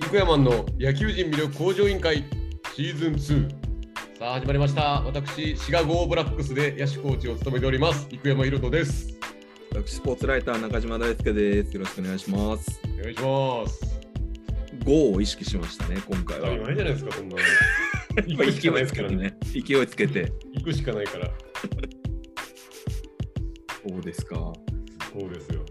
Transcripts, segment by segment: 福山の野球人魅力向上委員会シーズン2さあ始まりました私シガゴーブラックスで野手コーチを務めております福山博人です私、スポーツライター中島大輔です。よろしくお願いします。お願いしますゴーを意識しましたね、今回当たりは。前じゃないですかそん なの今行くし勢かないでいすつかけらてねね。勢いつけて。行くしかないからそうですか。そうですよ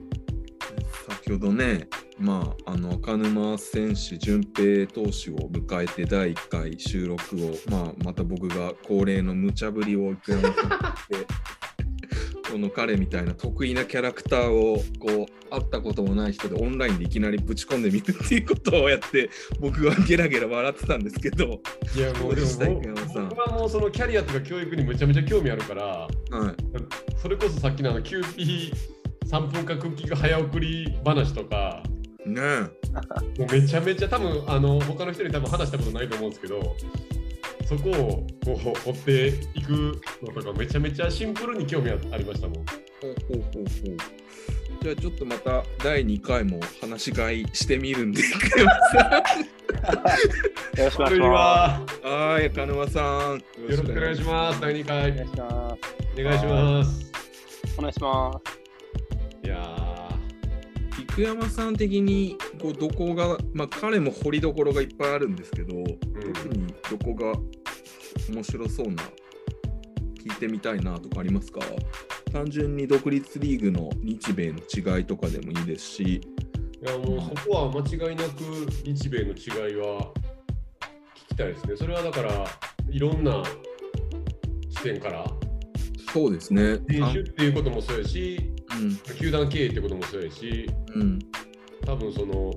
先ほどね、まあ、あの赤沼選手、順平投手を迎えて第1回収録を、まあ、また僕が恒例の無茶ぶりを福山さんに言って、 この彼みたいな得意なキャラクターをこう会ったこともない人でオンラインでいきなりぶち込んでみるっていうことをやって、僕はゲラゲラ笑ってたんですけど、いやもうでどうでもした僕福山さん僕はもうそのキャリアとか教育にめちゃめちゃ興味あるからはい、それこそさっきのあのキューピー3分間クッキング早送り話とかねえ。もうめちゃめちゃ多分あの他の人に多分話したことないと思うんですけどそこをこう掘っていくのとかめちゃめちゃシンプルに興味ありましたもん。ほうほうほうほう。じゃあちょっとまた第2回も話し合いしてみるんで。 あよろしくお願いしるいまははーい、赤沼さん。よよろしくお願いします。第2回す。お願いしまお願いします。す。お願いしまいす。やす。菊山さん的にこうどこが、まあ彼も掘りどころがいっぱいあるんですけど、特にどこが面白そうな、聞いてみたいなとかありますか単純に独立リーグの日米の違いとかでもいいですし、ーいやもうそこは間違いなく日米の違いは聞きたいですね。それはだからいろんな視点からそうですね。選手っていうこともそうやし球団経営ってこともそうやしうん、うん、多分その、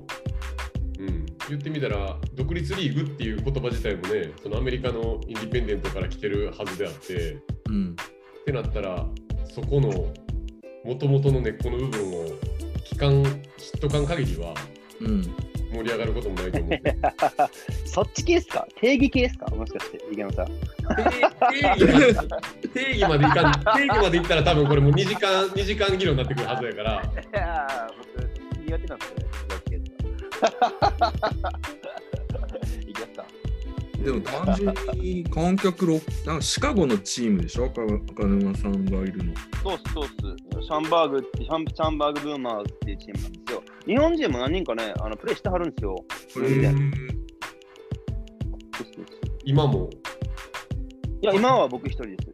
うん、言ってみたら独立リーグっていう言葉自体もねそのアメリカのインディペンデントから来てるはずであってうん。ってなったらそこの元々の根っこの部分を期間知っとかん限りはうん盛り上がることもないと思うんでそっち系ですか定義系ですかもしかして、池山さん。定義まで定義までいかん定義までいったら多分これもう2時間2時間議論になってくるはずやからいやー、僕、苦手なんですよね。いきますか。でも単純に観客6、なんかシカゴのチームでしょ、赤赤沼さんがいるの。そうっす、そうっす。シャンバーグって、シャンシャンバーグブーマーズっていうチームなんですよ。日本人も何人かね、あのプレイしてはるんですよ。うんうんそうっすそうっす今もいや、今は僕一人です。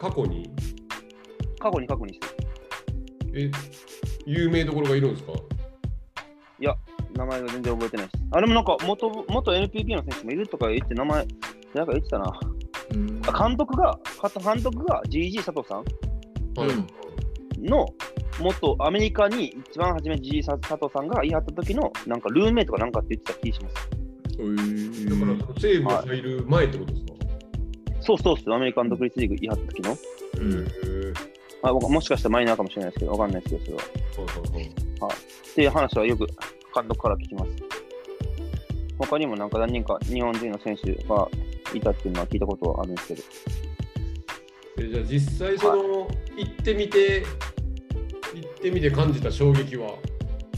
過去に過去に過去にしてえ有名どころがいるんですか名前が全然覚えてないです。あれもなんか元、元 NPB の選手もいるとか言って、名前、なんか言ってたな。うんあ監督が、監督が GG 佐藤さんはいうんの元アメリカに一番初め GG 佐藤さんが言い張った時のなんかルームメイトかなんかって言ってた気がします。だからその西武が入る前ってことですか、そうそうそう、アメリカン独立リーグ言い張った時の。うんへーまあ、僕もしかしたらマイナーかもしれないですけど、わかんないですけど、それは。そうそうそうっていう話はよく監督から聞きます。他にもなんか何人か日本人の選手がいたっていうのは聞いたことはあるんですけど。えじゃあ実際その、行ってみて行ってみて感じた衝撃は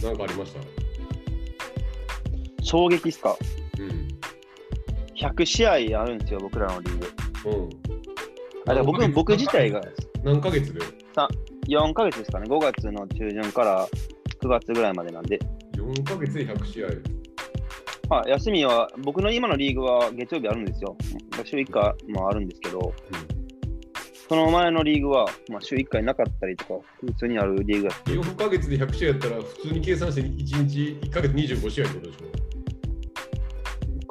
何かありました衝撃っすかうん100試合あるんですよ、僕らのリーグ。うんあ、でも僕僕自体が何ヶ月で4ヶ月ですかね、5月の中旬から9月ぐらいまでなんで、 4ヶ月で100試合まあ、休みは、僕の今のリーグは月曜日あるんですよ。まあ週1回もあるんですけど、その前のリーグは、まあ、週1回なかったりとか、普通にあるリーグだうん4ヶ月で100試合やったら普通に計算して1日1ヶ月25試合ってことでしょ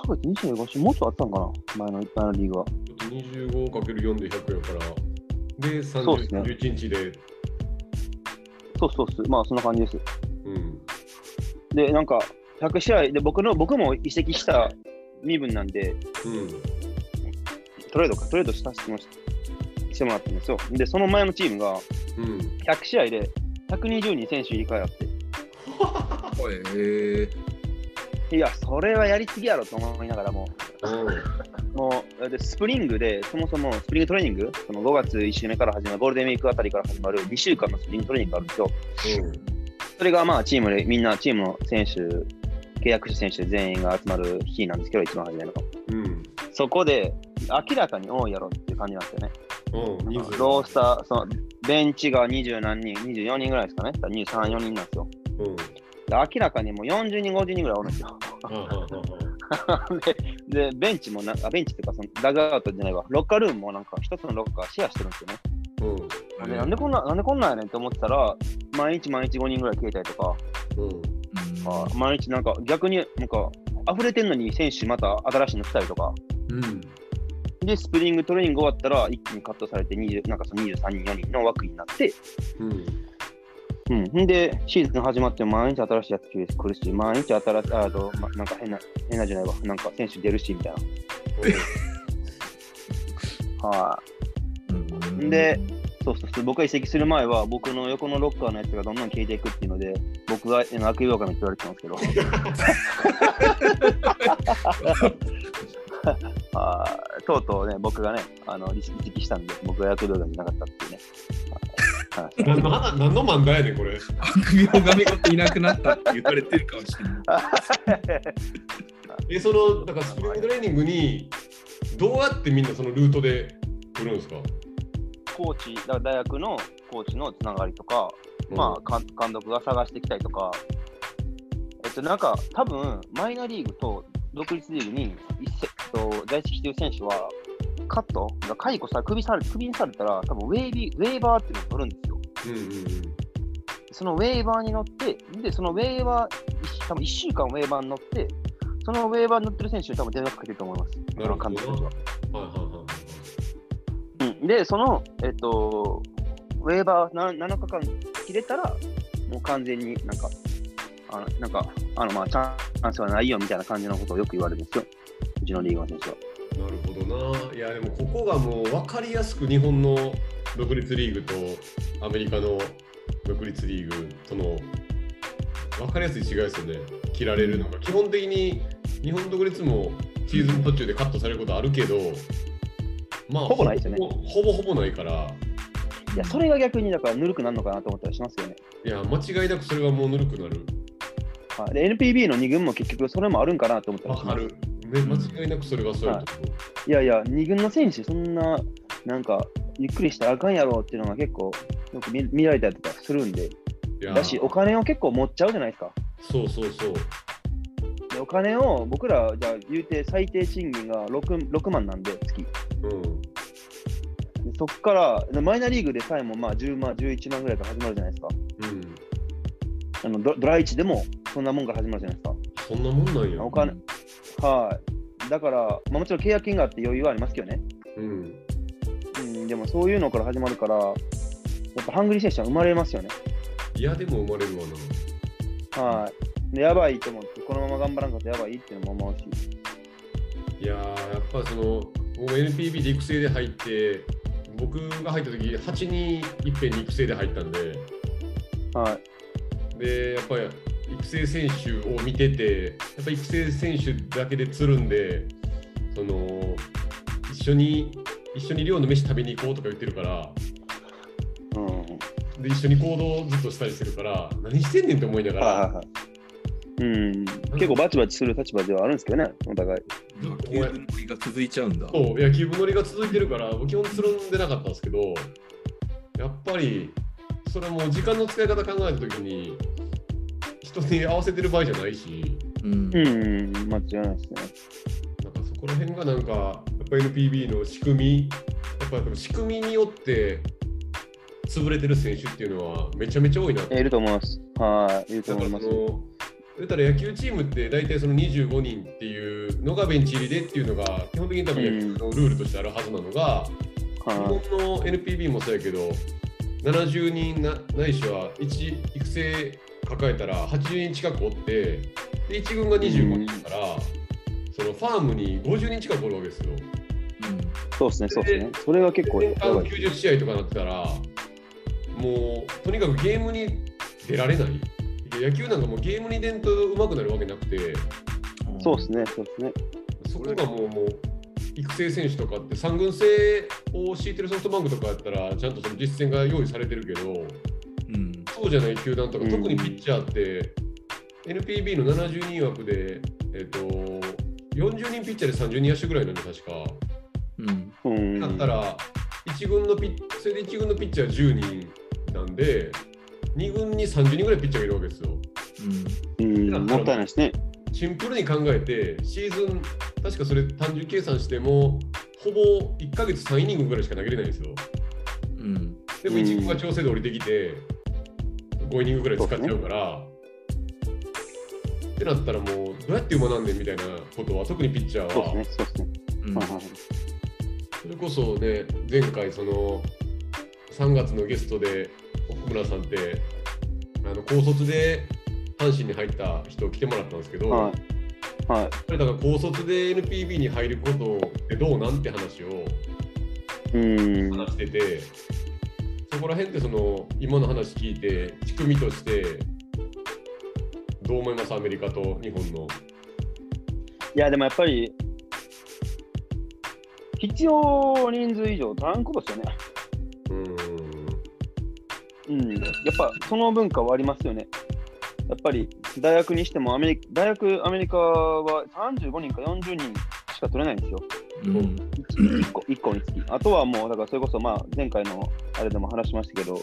1ヶ月25週、もっとあったんかな、前の前のリーグは。ちょっと 25×4 で100やからでそうですね30 31日でそうそうっす、まあそんな感じです。うんで、なんか、100試合で僕の、僕も移籍した身分なんで、うんトレードか、トレードした質問してもらったんですよ。で、その前のチームがうん100試合で120人選手入れ替えあって、へえいや、それはやりすぎやろと思いながらも、うもうでスプリングで、そもそもスプリングトレーニング、その5月1週目から始まる、ゴールデンウィークあたりから始まる2週間のスプリングトレーニングがあるんですよ。んそれがまあチームで、みんなチームの選手契約した選手全員が集まる日なんですけど、一番初めの。うん。そこで、明らかに多いやろっていう感じなんですよね。うん。人数。ロースター、そのベンチが20何人、24人ぐらいですかね、23、4人なんですよ。うん。で明らかにもう40人、50人ぐらいおるんですよ。ああああで、でベンチもな、あベンチっていうか、そのダグアウトじゃないわ、ロッカールームもなんか、一つのロッカーシェアしてるんですよね。うん。でなんでこんな、なんでこんなんやねんって思ってたら、毎日毎日5人ぐらい消えたりとか、うん。あ毎日なんか逆になんか溢れてんのに選手また新しいの来たりとか、うん。で、スプリングトレーニング終わったら一気にカットされて20、なんかその23人、4人の枠になって、うん。うん、んで、シーズン始まっても毎日新しいやつ来るし、毎日新しい、あと、ま、なんか変な、変なじゃないわ、なんか選手出るし、みたいな。はうい、んで、そうそうそう、僕が移籍する前は、僕の横のロッカーのやつがどんどん消えていくっていうので、僕があの悪用神って言われてたんですけど。はいとうとうね、僕がね、あの、移籍したんで、僕が悪用神じゃなかったっていうね。はいはい何の話何の漫画やねん、これ。悪名がめっていなくなったって言われてるかもしれない。え、その、だからスプリングトレーニングに、どうやってみんなそのルートで来るんですかコーチ、だから大学のコーチのつながりとか、まあ、監監督が探してきたりとか、えっと、なんか、多分マイナーリーグと独立リーグに一せ、と在籍している選手は、カットが解雇され、クビされクビにされたら、多分ウェービーウェーバーっていうのを取るんですよ。うん。うんうんうん。そのウェーバーに乗って、で、そのウェーバー、多分1週間ウェーバーに乗って、そのウェーバーに乗ってる選手に多分電話かけてると思います。なるほどあの監督たちは。はいはいはいはい。うん、で、その、えっと、ウェーバーな7日間切れたら、もう完全になんか、あの、なんか、あの、まあ、チャンスはないよみたいな感じのことをよく言われるんですよ。うちのリーグの選手は。なるほどな。いや、でもここがもう分かりやすく日本の独立リーグとアメリカの独立リーグとの分かりやすい違いですよね。切られるのが。基本的に日本独立もシーズン途中でカットされることあるけど、まあ、ほぼないですよねほぼほぼほぼないから、いや、それが逆に、だから、ぬるくなるのかなと思ったりしますよね。いや、間違いなくそれがもうぬるくなる。はい、で、NPB の2軍も結局、それもあるんかなと思ったりわしかます。る。ね、間違いなくそれがそうやと思う。いやいや、2軍の選手、そんな、なんか、ゆっくりしたらあかんやろっていうのが結構、よく見見られたりとかするんで、いやだし、お金を結構持っちゃうじゃないですか。そうそうそう。でお金を僕らじゃあ言うて最低賃金が 6, 6万なんで月でうん。そこからでマイナーリーグでさえもまあ10万11万ぐらいから始まるじゃないですかうん。あのドドラ1でもそんなもんから始まるじゃないでそんなもんなんやお。金すかはいだから、まあ、もちろん契約金があって余裕はありますけどね、うん。うん、でもそういうのから始まるからやっぱハングリー選手は生まれますよねいや、でも生まれるわな。はいでやばいと思ってこのまま頑張らんかとやばいっていうのも思うしいやーやっぱその僕 NPB で育成で入って僕が入った時8人いっぺんに育成で入ったんではいでやっぱり育成選手を見ててやっぱ育成選手だけでつるんでその一緒に一緒に寮の飯食べに行こうとか言ってるからうんで一緒に行動をずっとしたりしてるから何してんねんって思いながはいはいらはいうん、結構バチバチする立場ではあるんですけどね、お互い。野球のノリが続いちゃうんだ。そう野球部乗りが続いてるから僕基本つるんでなかったんですけどやっぱりそれも時間の使い方考えた時に人に合わせてる場合じゃないしうんうん、間違いないですね。なんかそこら辺がなんかやっぱ NPB の仕組みやっぱでも仕組みによって潰れてる選手っていうのはめちゃめちゃ多いなっていると思います。はい、いるとだか思らそいます。の言ったら野球チームって大体その25人っていうのがベンチ入りでっていうのが基本的に多分野球のルールとしてあるはずなのが、は日本の NPB もそうやけど70人なないしは1育成抱えたら80人近くおってで1軍が25人だから、そのファームに50人近くおるわけですよ。い、そうですね、そうですね。それが結構や年間ばい。 90試合とかなってたらもうとにかくゲームに出られないいや野球なんかもうゲームに出んと上手くなるわけなくてそうですね、そうですね。そこがもうもう育成選手とかって3軍制を敷いてるソフトバンクとかやったらちゃんとその実践が用意されてるけど。うん。そうじゃない球団とか、うん特にピッチャーって、 NPB の70人枠で、えっと、40人ピッチャーで30人足ぐらいなんで、確か。うん。うん。だったら、1軍のピッ、それで1軍のピッチャー10人なんで、2軍に30人ぐらいピッチャーがいるわけですよ。うん。うん、もったいないですね。シンプルに考えて、シーズン、確かそれ単純計算しても、ほぼ1ヶ月3イニングぐらいしか投げれないんですよ。うん。でも1軍が調整で降りてきて、5イニングぐらい使っちゃうから、ってなったらもう、どうやって馬なんねんみたいなことは、特にピッチャーそうは、ですね。そうですね。うんはいはいそれこそね、前回、その3月のゲストで奥村さんって、あの高卒で阪神に入った人来てもらったんですけど、はいはい。彼らが高卒で NPB に入ることってどうなんて話をうん。話してて、そこら辺ってその今の話聞いて、仕組みとして、どう思います、アメリカと日本の。いや、でもやっぱり、必要人数以上足らんことですよね。うーんうん。やっぱ、その文化はありますよね。やっぱり、大学にしてもアメリカ、大学、アメリカは35人か40人しか取れないんですよ。うん。 1個 ,1 個につき。あとはもう、だからそれこそ、まあ、前回のあれでも話しましたけど、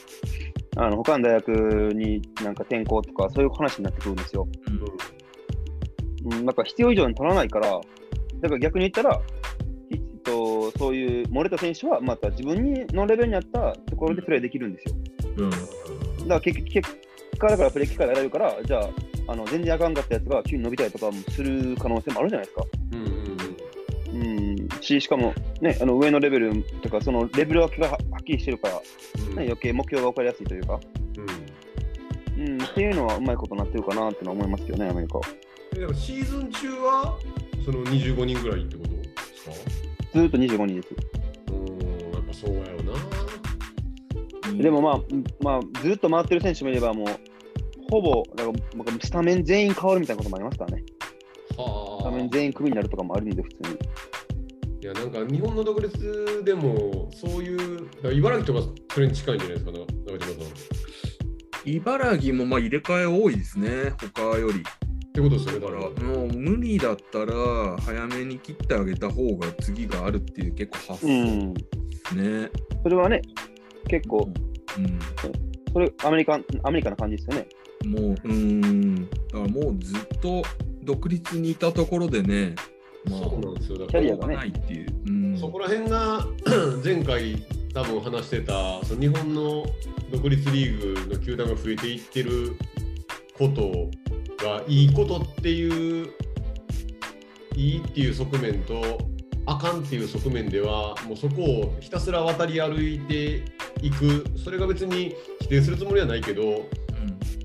あの他の大学になんか転校とか、そういう話になってくるんですよ。うん、なんか必要以上に取らないから、だから逆に言ったら、えっと、そういう漏れた選手は、また自分のレベルに合ったところでプレーできるんですよ。うん。だから結局、結果だからプレー機会が得られるから、じゃあ、あの全然あかんかったやつが急に伸びたりとかもする可能性もあるじゃないですか。うんうんうんうん、し、しかも、ね、あの上のレベルとか、そのレベル分けがははっきりしてるから、ね、うん余計目標が分かりやすいというか、うんうん、っていうのはうまいことになってるかなってのは思いますけどね、アメリカは。えだからシーズン中はその25人ぐらいってことですかずーっと25人です。うーんやっぱそうやろなでもまあ、うんまあ、ずっと回ってる選手もいれば、もう、ほぼ、だから僕スタメン全員変わるみたいなこともありますからね。スタメはンあ全員クビになるとかもあるんで、普通に。いやなんか日本の独立でもそういうだから茨城とかそれに近いんじゃないですかな中島さんっ茨城もまあ入れ替え多いですね、他より。てことですよねだだか、かららもう無理だったら、早めに切ってあげた方が次があるっていう結構発う想ん。ですね。それはね、結構、うん。それ、アメリカン、アメリカな感じですよね。もう、うーん。だからもうずっと独立にいたところでね、まあ、そうなんですよだキからャリアがねないっていう。うん。そこら辺が 前回多分話してたその日本の独立リーグの球団が増えていってることがいいことっていういいっていう側面とあかんっていう側面ではもうそこをひたすら渡り歩いていくそれが別に否定するつもりはないけど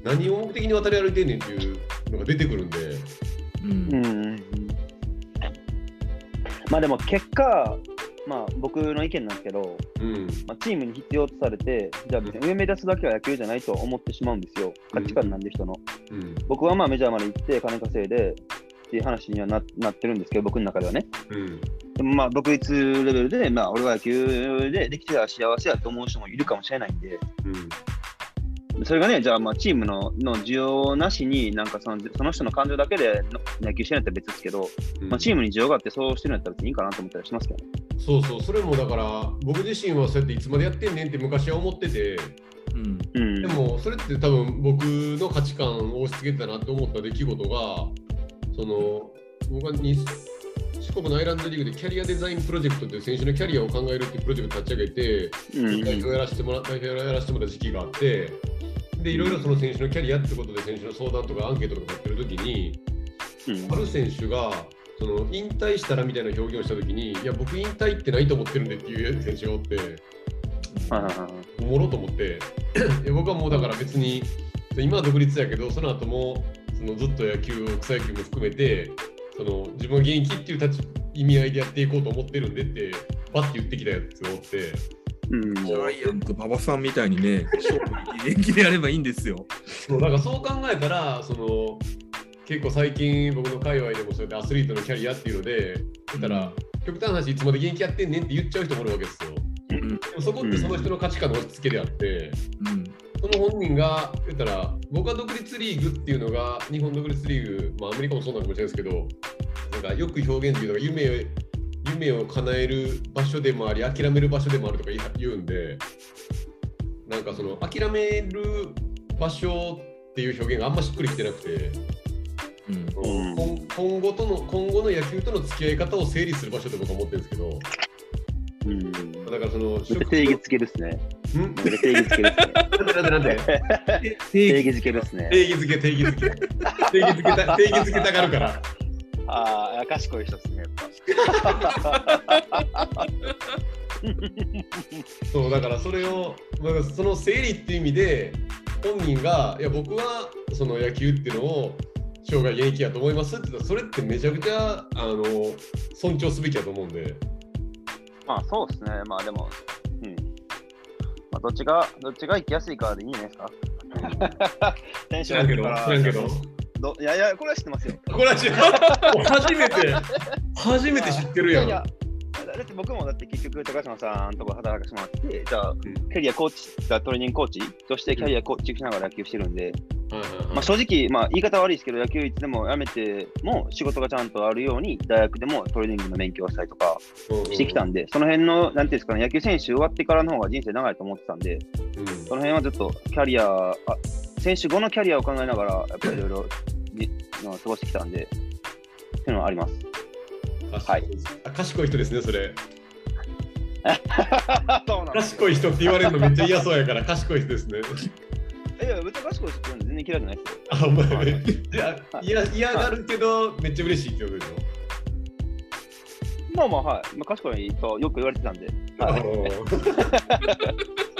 何を目的に渡り歩いてんねんっていうのが出てくるんでうん。うんうんうんうん。まあでも、結果、まあ僕の意見なんですけど、うんまあ、チームに必要とされて、じゃあ別に上目指すだけは野球じゃないと思ってしまうんですよ。価値観なんで人の。うん僕はまあメジャーまで行って金稼いでっていう話にはななってるんですけど、僕の中ではね。うんでもまあ独立レベルで、まあ、俺は野球でできてたら幸せやと思う人もいるかもしれないんで、うんそれがね、じゃあまあチームのの需要なしに、なんかそのその人の感情だけでの野球してるんだったら別ですけど、うんまあ、チームに需要があってそうしてるんだったら別にいいかなと思ったりしますけどね。そうそう、それもだから、僕自身はそうやっていつまでやってんねんって昔は思ってて、うん。うん、でもそれって多分僕の価値観を押し付けてたなって思った出来事が、その僕はに四国のアイランドリーグでキャリアデザインプロジェクトという選手のキャリアを考えるっていうプロジェクトを立ち上げて、うんうん代表やらせてもら代表やらせてもらった時期があって、で、いろいろその選手のキャリアってことで選手の相談とかアンケートとかやってる時に、ある選手がその引退したらみたいな表現をしたときに、いや、僕引退ってないと思ってるんでっていう選手がおって、はいはいはいおもろと思って、 いや僕はもうだから別に、今は独立やけど、その後もそのずっと野球、草野球も含めて、その自分は現役っていう立ち意味合いでやっていこうと思ってるんでって、ばって言ってきたやつがおって、うんジャイアント馬場さんみたいに ね、勝負に元気でやればいいんですよ。そうなんかそう考えたらその結構最近僕の界隈でもそうやってアスリートのキャリアっていうので言ったら、極端な話いつまで現役やってんねんって言っちゃう人もいるわけですよ。うんでもそこってその人の価値観の押し付けであって、うん。そのの本人が言ったら、僕は独立リーグっていうのが、日本独立リーグ、まあ、アメリカもそうなのかもしれないですけど、なんかよく表現っていうのが夢を、夢を叶える場所でもあり、諦める場所でもあるとか言い言うんで、なんかその、諦める場所っていう表現があんましっくりきてなくて、うんうん今今後との今後の野球との付き合い方を整理する場所って僕は思ってるんですけど、うん。だからそ の、めっちゃ定義つけですね。んなんめっちゃ定義つけですね。でなんでなんで定義づけですね。定義づけ定義づけ定義づけ た定義づけたがるからああ、賢い人ですね、やっそうだからそれを、まあ、その整理っていう意味で本人がいや僕はその野球っていうのを生涯現役やと思いますって言ったらそれってめちゃくちゃあの尊重すべきだと思うん でまあ、そうですね。まあ、でも、うん。まあ、どっちが、どっちが行きやすいかでいいんじゃないですか。テン知らんけど知らんけどど。いやいや、これは知ってますよ。これは知らん初めて初めて知ってるやんいやいやだって僕もだって結局高島さんとか働かせてもらって、じゃあんキャリアコーチ、だトレーニングコーチとしてキャリアコーチしながら野球してるんで、はいはいはいまあ、正直、まあ、言い方悪いですけど、野球いつでも辞めても仕事がちゃんとあるように、大学でもトレーニングの勉強をしたりとかしてきたんで、その辺の、なんていうんですかね、野球選手終わってからの方が人生長いと思ってたんで、うんその辺はずっとキャリア、あ選手後のキャリアを考えながら、やっぱりいろいろじまあ過ごしてきたんで、っていうのはあります。賢いですあ賢い人ですねそれそうなんですよ賢い人って言われるのめっちゃ嫌そうやから賢い人ですねいや、別に賢い人って言うんで全然嫌いじゃないですよ。あ、まあはいね、いや嫌嫌がるけど、めっちゃ嬉しいってことでしょ。まあまあ、はい。まあ、賢いとよく言われてたんで。あはいの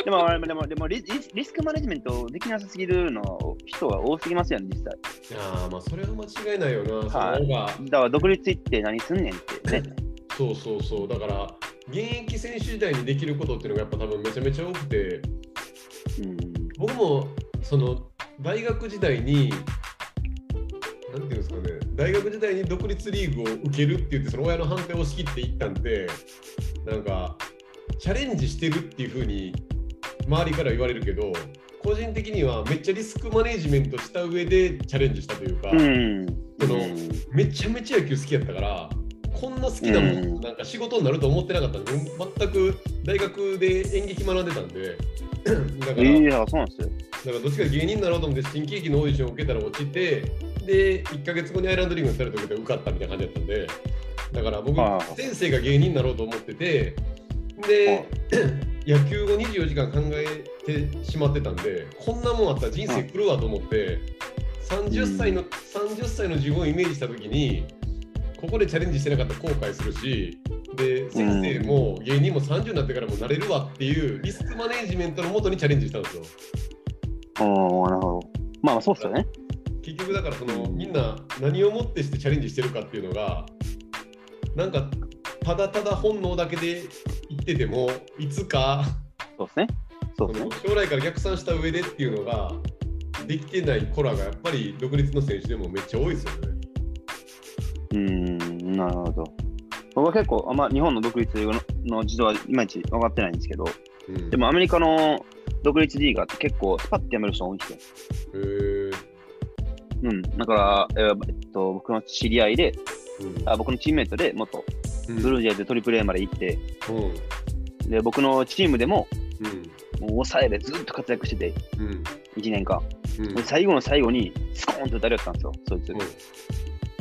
でも、あれでも、でもリリスリスクマネジメントできなさすぎるのは人が多すぎますよね、実い際。やーまあそれは間違いないよな。はいその方がだから、独立行って何すんねんってね。そうそうそう。だから現役選手時代にできることっていうのがやっぱ多分めちゃめちゃ多くて、うん。僕もその大学時代に。なんていうんですかね大学時代に独立リーグを受けるって言ってその親の判定を押し切っていったんでなんかチャレンジしてるっていうふうに周りから言われるけど個人的にはめっちゃリスクマネジメントした上でチャレンジしたというか、うん。そのうんめちゃめちゃ野球好きやったからこんな好きなもん、うんなんか仕事になると思ってなかったんで全く大学で演劇学んでたんで だから、いや、そうなんですよ。だからどっちか芸人になろうと思って新喜劇のオーディションを受けたら落ちてで1か月後にアイランドリーグの2人と受けて受かったみたいな感じだったんでだから僕ああ先生が芸人になろうと思っててで野球を24時間考えてしまってたんでこんなもんあったら人生狂うわと思って30歳の30歳の自分をイメージした時にここでチャレンジしてなかったら後悔するしで先生も芸人も30になってからもなれるわっていうリスクマネジメントのもとにチャレンジしたんですよ。おーなるほど。まあ、そうっすよね。結局だからそのみんな何をもってしてチャレンジしてるかっていうのがなんかただただ本能だけで言っててもいつかそうっすね。そうっすね。将来から逆算した上でっていうのができてない子らがやっぱり独立の選手でもめっちゃ多いですよね。うーん、なるほど。僕は結構、あんま日本の独立のの事情はいまいち分かってないんですけど、うん、でもアメリカの独立リーガーって結構スパッて辞める人多いんですよ。へーうん。だから、えーえっと、僕の知り合いで、うんあ僕のチームメイトで元うんブルージェイズトリプル A まで行って、うんで、僕のチームでも、うんもう抑えでずっと活躍してて、うん1年間。うんうんで最後の最後に、スコーンと打たれやったんですよ、そいつ。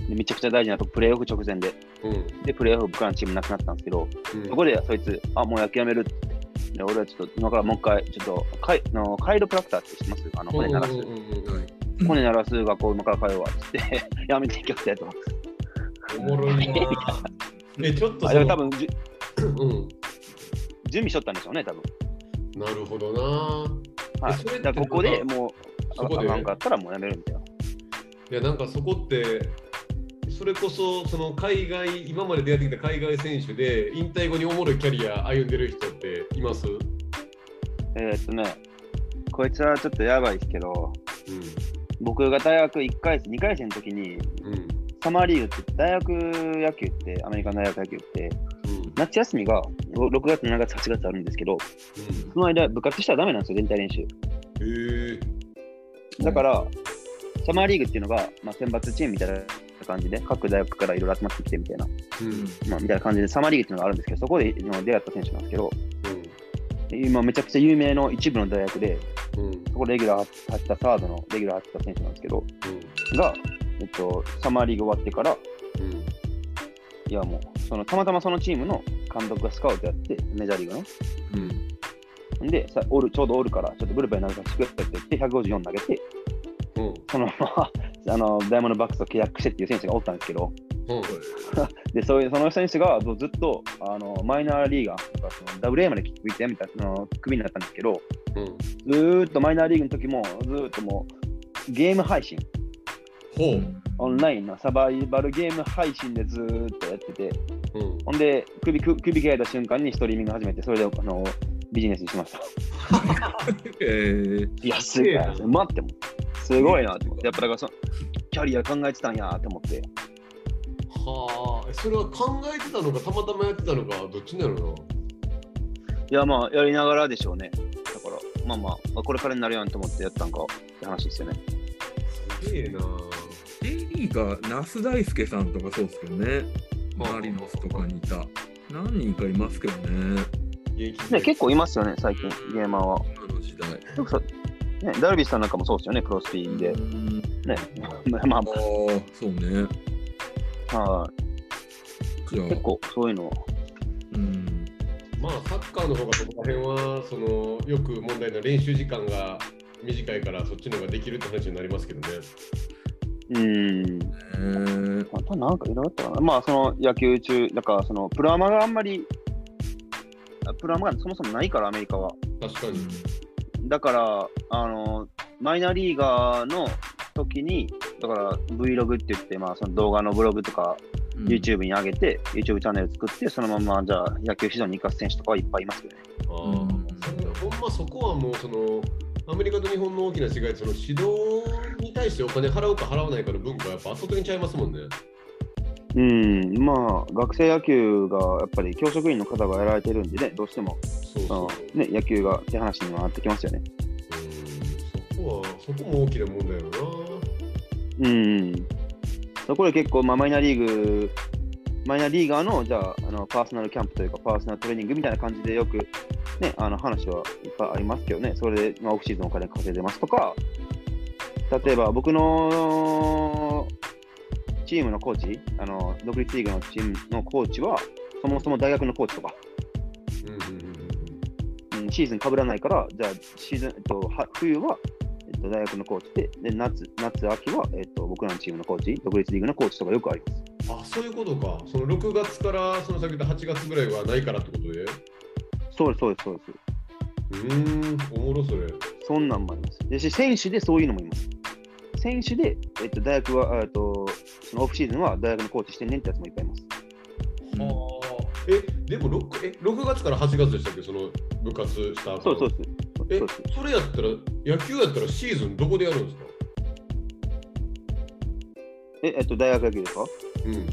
でめちゃくちゃ大事なとこ、プレーオフ直前で。うんで、プレーオフ、僕らのチームなくなったんですけど、うんそこでそいつ、あ、もう野球やめるって言って。で、俺はちょっと、今からもう一回、ちょっと、カイのカイロプラクターって知ってますあの、うん骨うん鳴らす。うんうんうんはい骨鳴らす学校今から通うわって言って、 やめてきよったやつも。おもろい なぁえちょっとあそれのは多分じゅうん準備しとったんでしょうね、多分。なるほどなぁはい。それってだからここでもう、そこあでかんかったらもうやめるみたいな。いやなんかそこってそれこそその海外今まで出会ってきた海外選手で引退後におもろいキャリア歩んでる人っています、うん、えーっとね、こいつはちょっとやばいですけど、僕が大学1回生、2回生の時に、うんうんサマーリーグって、大学野球って、アメリカの大学野球って、夏休みが6月、7月、8月あるんですけど、その間、部活したらダメなんですよ、全体練習。えだから、サマーリーグっていうのが、まあ、選抜チームみたいな感じで、各大学からいろいろ集まってきてみたいな、うんうんまあ、みたいな感じで、サマーリーグっていうのがあるんですけど、そこでの出会った選手なんですけど、今めちゃくちゃ有名の一部の大学で、うんうんそこレギュラー走ったサードのレギュラー走った選手なんですけど、が、えっと、サマーリーグ終わってから、うんいやもう、そのたまたまそのチームの監督がスカウトやって、メジャーリーグの。うん。んでさオール、ちょうどオールから、ちょっとブルペンに投げさせてくれって言って、154投げて、うんうんそのま まあのダイヤモンドバックスと契約してっていう選手がおったんですけど、うんでそういうその選手がずっとあのマイナーリーガーとか、その WA までキック行ってやめたそのクビになったんですけど、うんずーっとマイナーリーグの時も、ずーっともう、ゲーム配信、ほオンラインのサバイバルゲーム配信でずーっとやってて、ううんほんで、首、首首切られた瞬間にストリーミング始めて、それであのビジネスにしました。えー、いや、すごいな。待っても、すごいなって思って。やっぱだからその、キャリア考えてたんやって思って。はあそれは考えてたのかたまたまやってたのかどっちなのいや、まあ、やりながらでしょうね。だから、まあまあ、あこれからになるやんと思ってやったんかって話ですよね。なすげえな J リーガー、那須大輔さんとかそうですけどね。はあマリノスとかにいた。何人かいますけどね。現役時ね、代結構いますよね、最近、ゲーマーは。今の時代。よくさ、ね、ダルビッシュさんなんかもそうですよね、プロスピーでう。んね、まああ、そうね。あ、はいじゃあ、結構そういうのは。うん。まあサッカーの方がそこら辺はそのよく問題な練習時間が短いからそっちの方ができるって話になりますけどね。うん。えー、またなんかいろいろあったかな。まあ、その野球中、だからそのプロアマがあんまり、あプロアマがそもそもないから、アメリカは。確かに。だから、あの、マイナーリーガーの時に、だから Vlog って言って、まあ、その動画のブログとか、うん YouTube に上げて、YouTube チャンネル作って、そのまま、じゃあ、野球指導に生かす選手とかはいっぱいいますよね。ああ、ほんまそこはもうそのアメリカと日本の大きな違いその指導に対してお金払うか払わないかの文化はやっぱ圧倒的にちゃいますもんね。うん、まあ、学生野球が、やっぱり教職員の方がやられてるんでね、どうしても、そうあのそう。ね、野球が手話にはなってきますよね。うんそこはそこも大きな問題よな。うん。そこで結構、まあ、マイナーリーグ、マイナーリーガーの、じゃあ、あのパーソナルキャンプというか、パーソナルトレーニングみたいな感じでよく、ね、あの話はいっぱいありますけどね、それで、まあ、オフシーズンお金稼いでますとか、例えば僕のチームのコーチ、あの独立リーグのチームのコーチは、そもそも大学のコーチとか、うんうんうんうん、シーズンかぶらないから、じゃあ、シーズン、えっと、は冬は、えっと、大学のコーチで、で夏、夏、秋は、えっと、僕らのチームのコーチ、独立リーグのコーチとかよくあります。うん。あそういうことか。その6月からその先で8月ぐらいはないからってことで。そうです、そうです、そうでうーん、おもろそれ。す。そんなんもあります。でし、選手でそういうのもいます。選手で、えっと、大学は、えっと、そのオフシーズンは大学のコーチしてんねんってやつもいっぱいいます。うんはあ。え、でも 6, え6月から8月でしたっけ、その部活した後そうそうです。そうえそうです。、それやったら、野球やったらシーズンどこでやるんですかえ、えっと、大学野球ですかうん。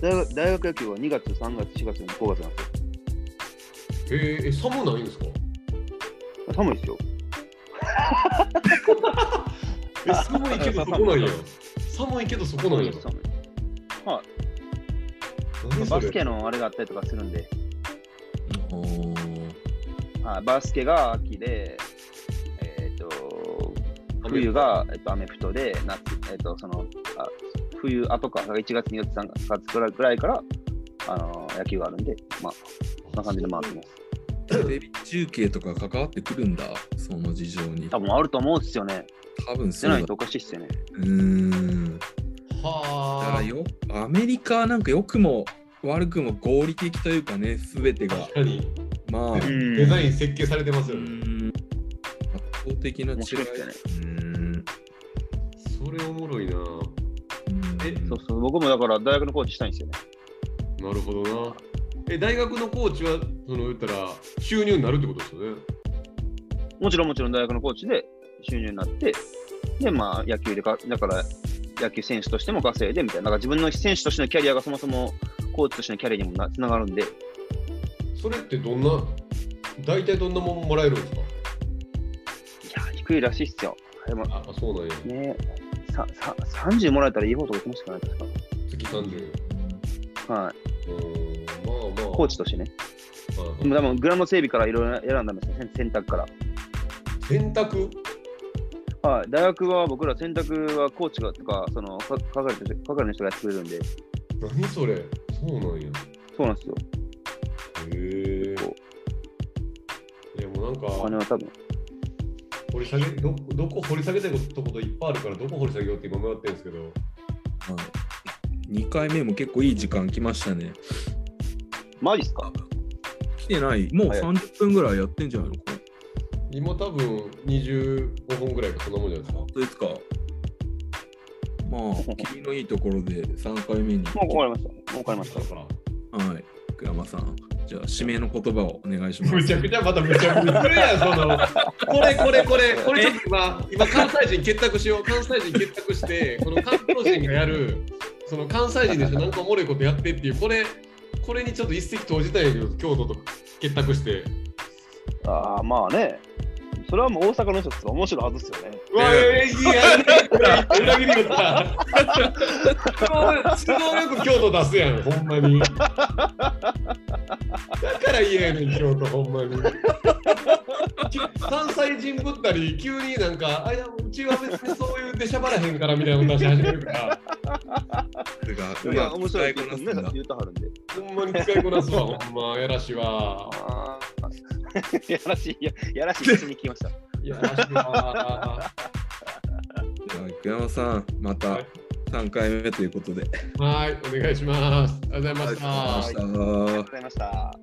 大学大学野球は2月、3月、4月、5月なんですえー、え寒ないん ですかよ。寒いですよ。え、寒いけどそこなんや。寒いけどそこなんや。寒い。何そバスれケのあれがあったりとかするんで、あーはい、バスケが秋で、えっ、と、雨冬が、えっとアメフトで、夏、えっとそのあ冬後か、1月、2月、3月ぐらいから、あの野球があるんで、まあ、そんな感じで回ってます。テレビ中継とか関わってくるんだ、その事情に。多分あると思うんですよね。多分じそゃうなだいとおかしいっすよね。うーん。だかはらよ、アメリカはなんか良くも悪くも合理的というかね、すべてあ。が確。かに、まあ、ううんデザイン設計されてますよね。ーん圧倒的な違い。面白いっすよねうーんそれおもろいな。えそうそう、僕もだから大学のコーチしたいんですよね。なるほどな。え、大学のコーチは、その言ったら、収入になるってことですよね。もちろんもちろん大学のコーチで収入になって、で、まあ野球でか、だから野球選手としても稼いでみたいな、だから自分の選手としてのキャリアがそもそもコーチとしてのキャリアにもなつながるんで、それってどんな、大体どんなもんもらえるんですかいや、低いらしいっすよ。でもあ、そうなんや。ね、ささ30もらえたらいい方とか言ってましたからね、確月30。か。はい。うん、まあまあ。コーチとしてね。はいはいでも多分、グラウンド整備からいろいろ選んだんですよ、選選択から。選択はい、大学は僕ら選択はコーチがとか、そのか係の人係の人がやってくれるんで、何それそうなんや。そうなんですよ。へえこ。いやもうなんお金か、は多分。掘り下げど、どこ掘り下げたいことこといっぱいあるから、どこ掘り下げようって今迷ってるんですけど、 2回目も結構いい時間来ましたね。マジっすか来てない。もう早い30分ぐらいやってんじゃないのこれ。今多分25本ぐらいか、そんなもんじゃないですか本。当ですか。ま あ、君のいいところで3回目に。もう終わりました。もう終わりましだから。はい。福山さん、じゃあ、指名の言葉をお願いします。むちゃ くちゃまたむちゃくちゃするやん、その。これこれこれ、これちょっと今、今関西人結託しよう。関西人結託して、この関東人がやる、その関西人でしょ、なんかおもろいことやってっていう、これ、これにちょっと一石投じたいんやけど、京都と結託して。た。ああ、まあね。それはもう大阪の人です面白いはずっすよね。うわ、えいや、裏切りよった。都合よく京都出すやん、ほんまに。だから言えねん、京都、ほんまに。関西人ぶったり、急になんか、あいや、うちは別にそういう出しゃばらへんからみたいなの出し始めるから、がいや、面白いここなとすねんだ、言うたはるんで。ほんまに使いこなすわ、ほんま、やらしは。 ああ、 やらしい、ややらしい口に聞きました。やらしは。じゃあ福山さん、またはい3回目ということで。はい、お願いします。ありがとうございまあしりがとうございたまし。たありがとうございました。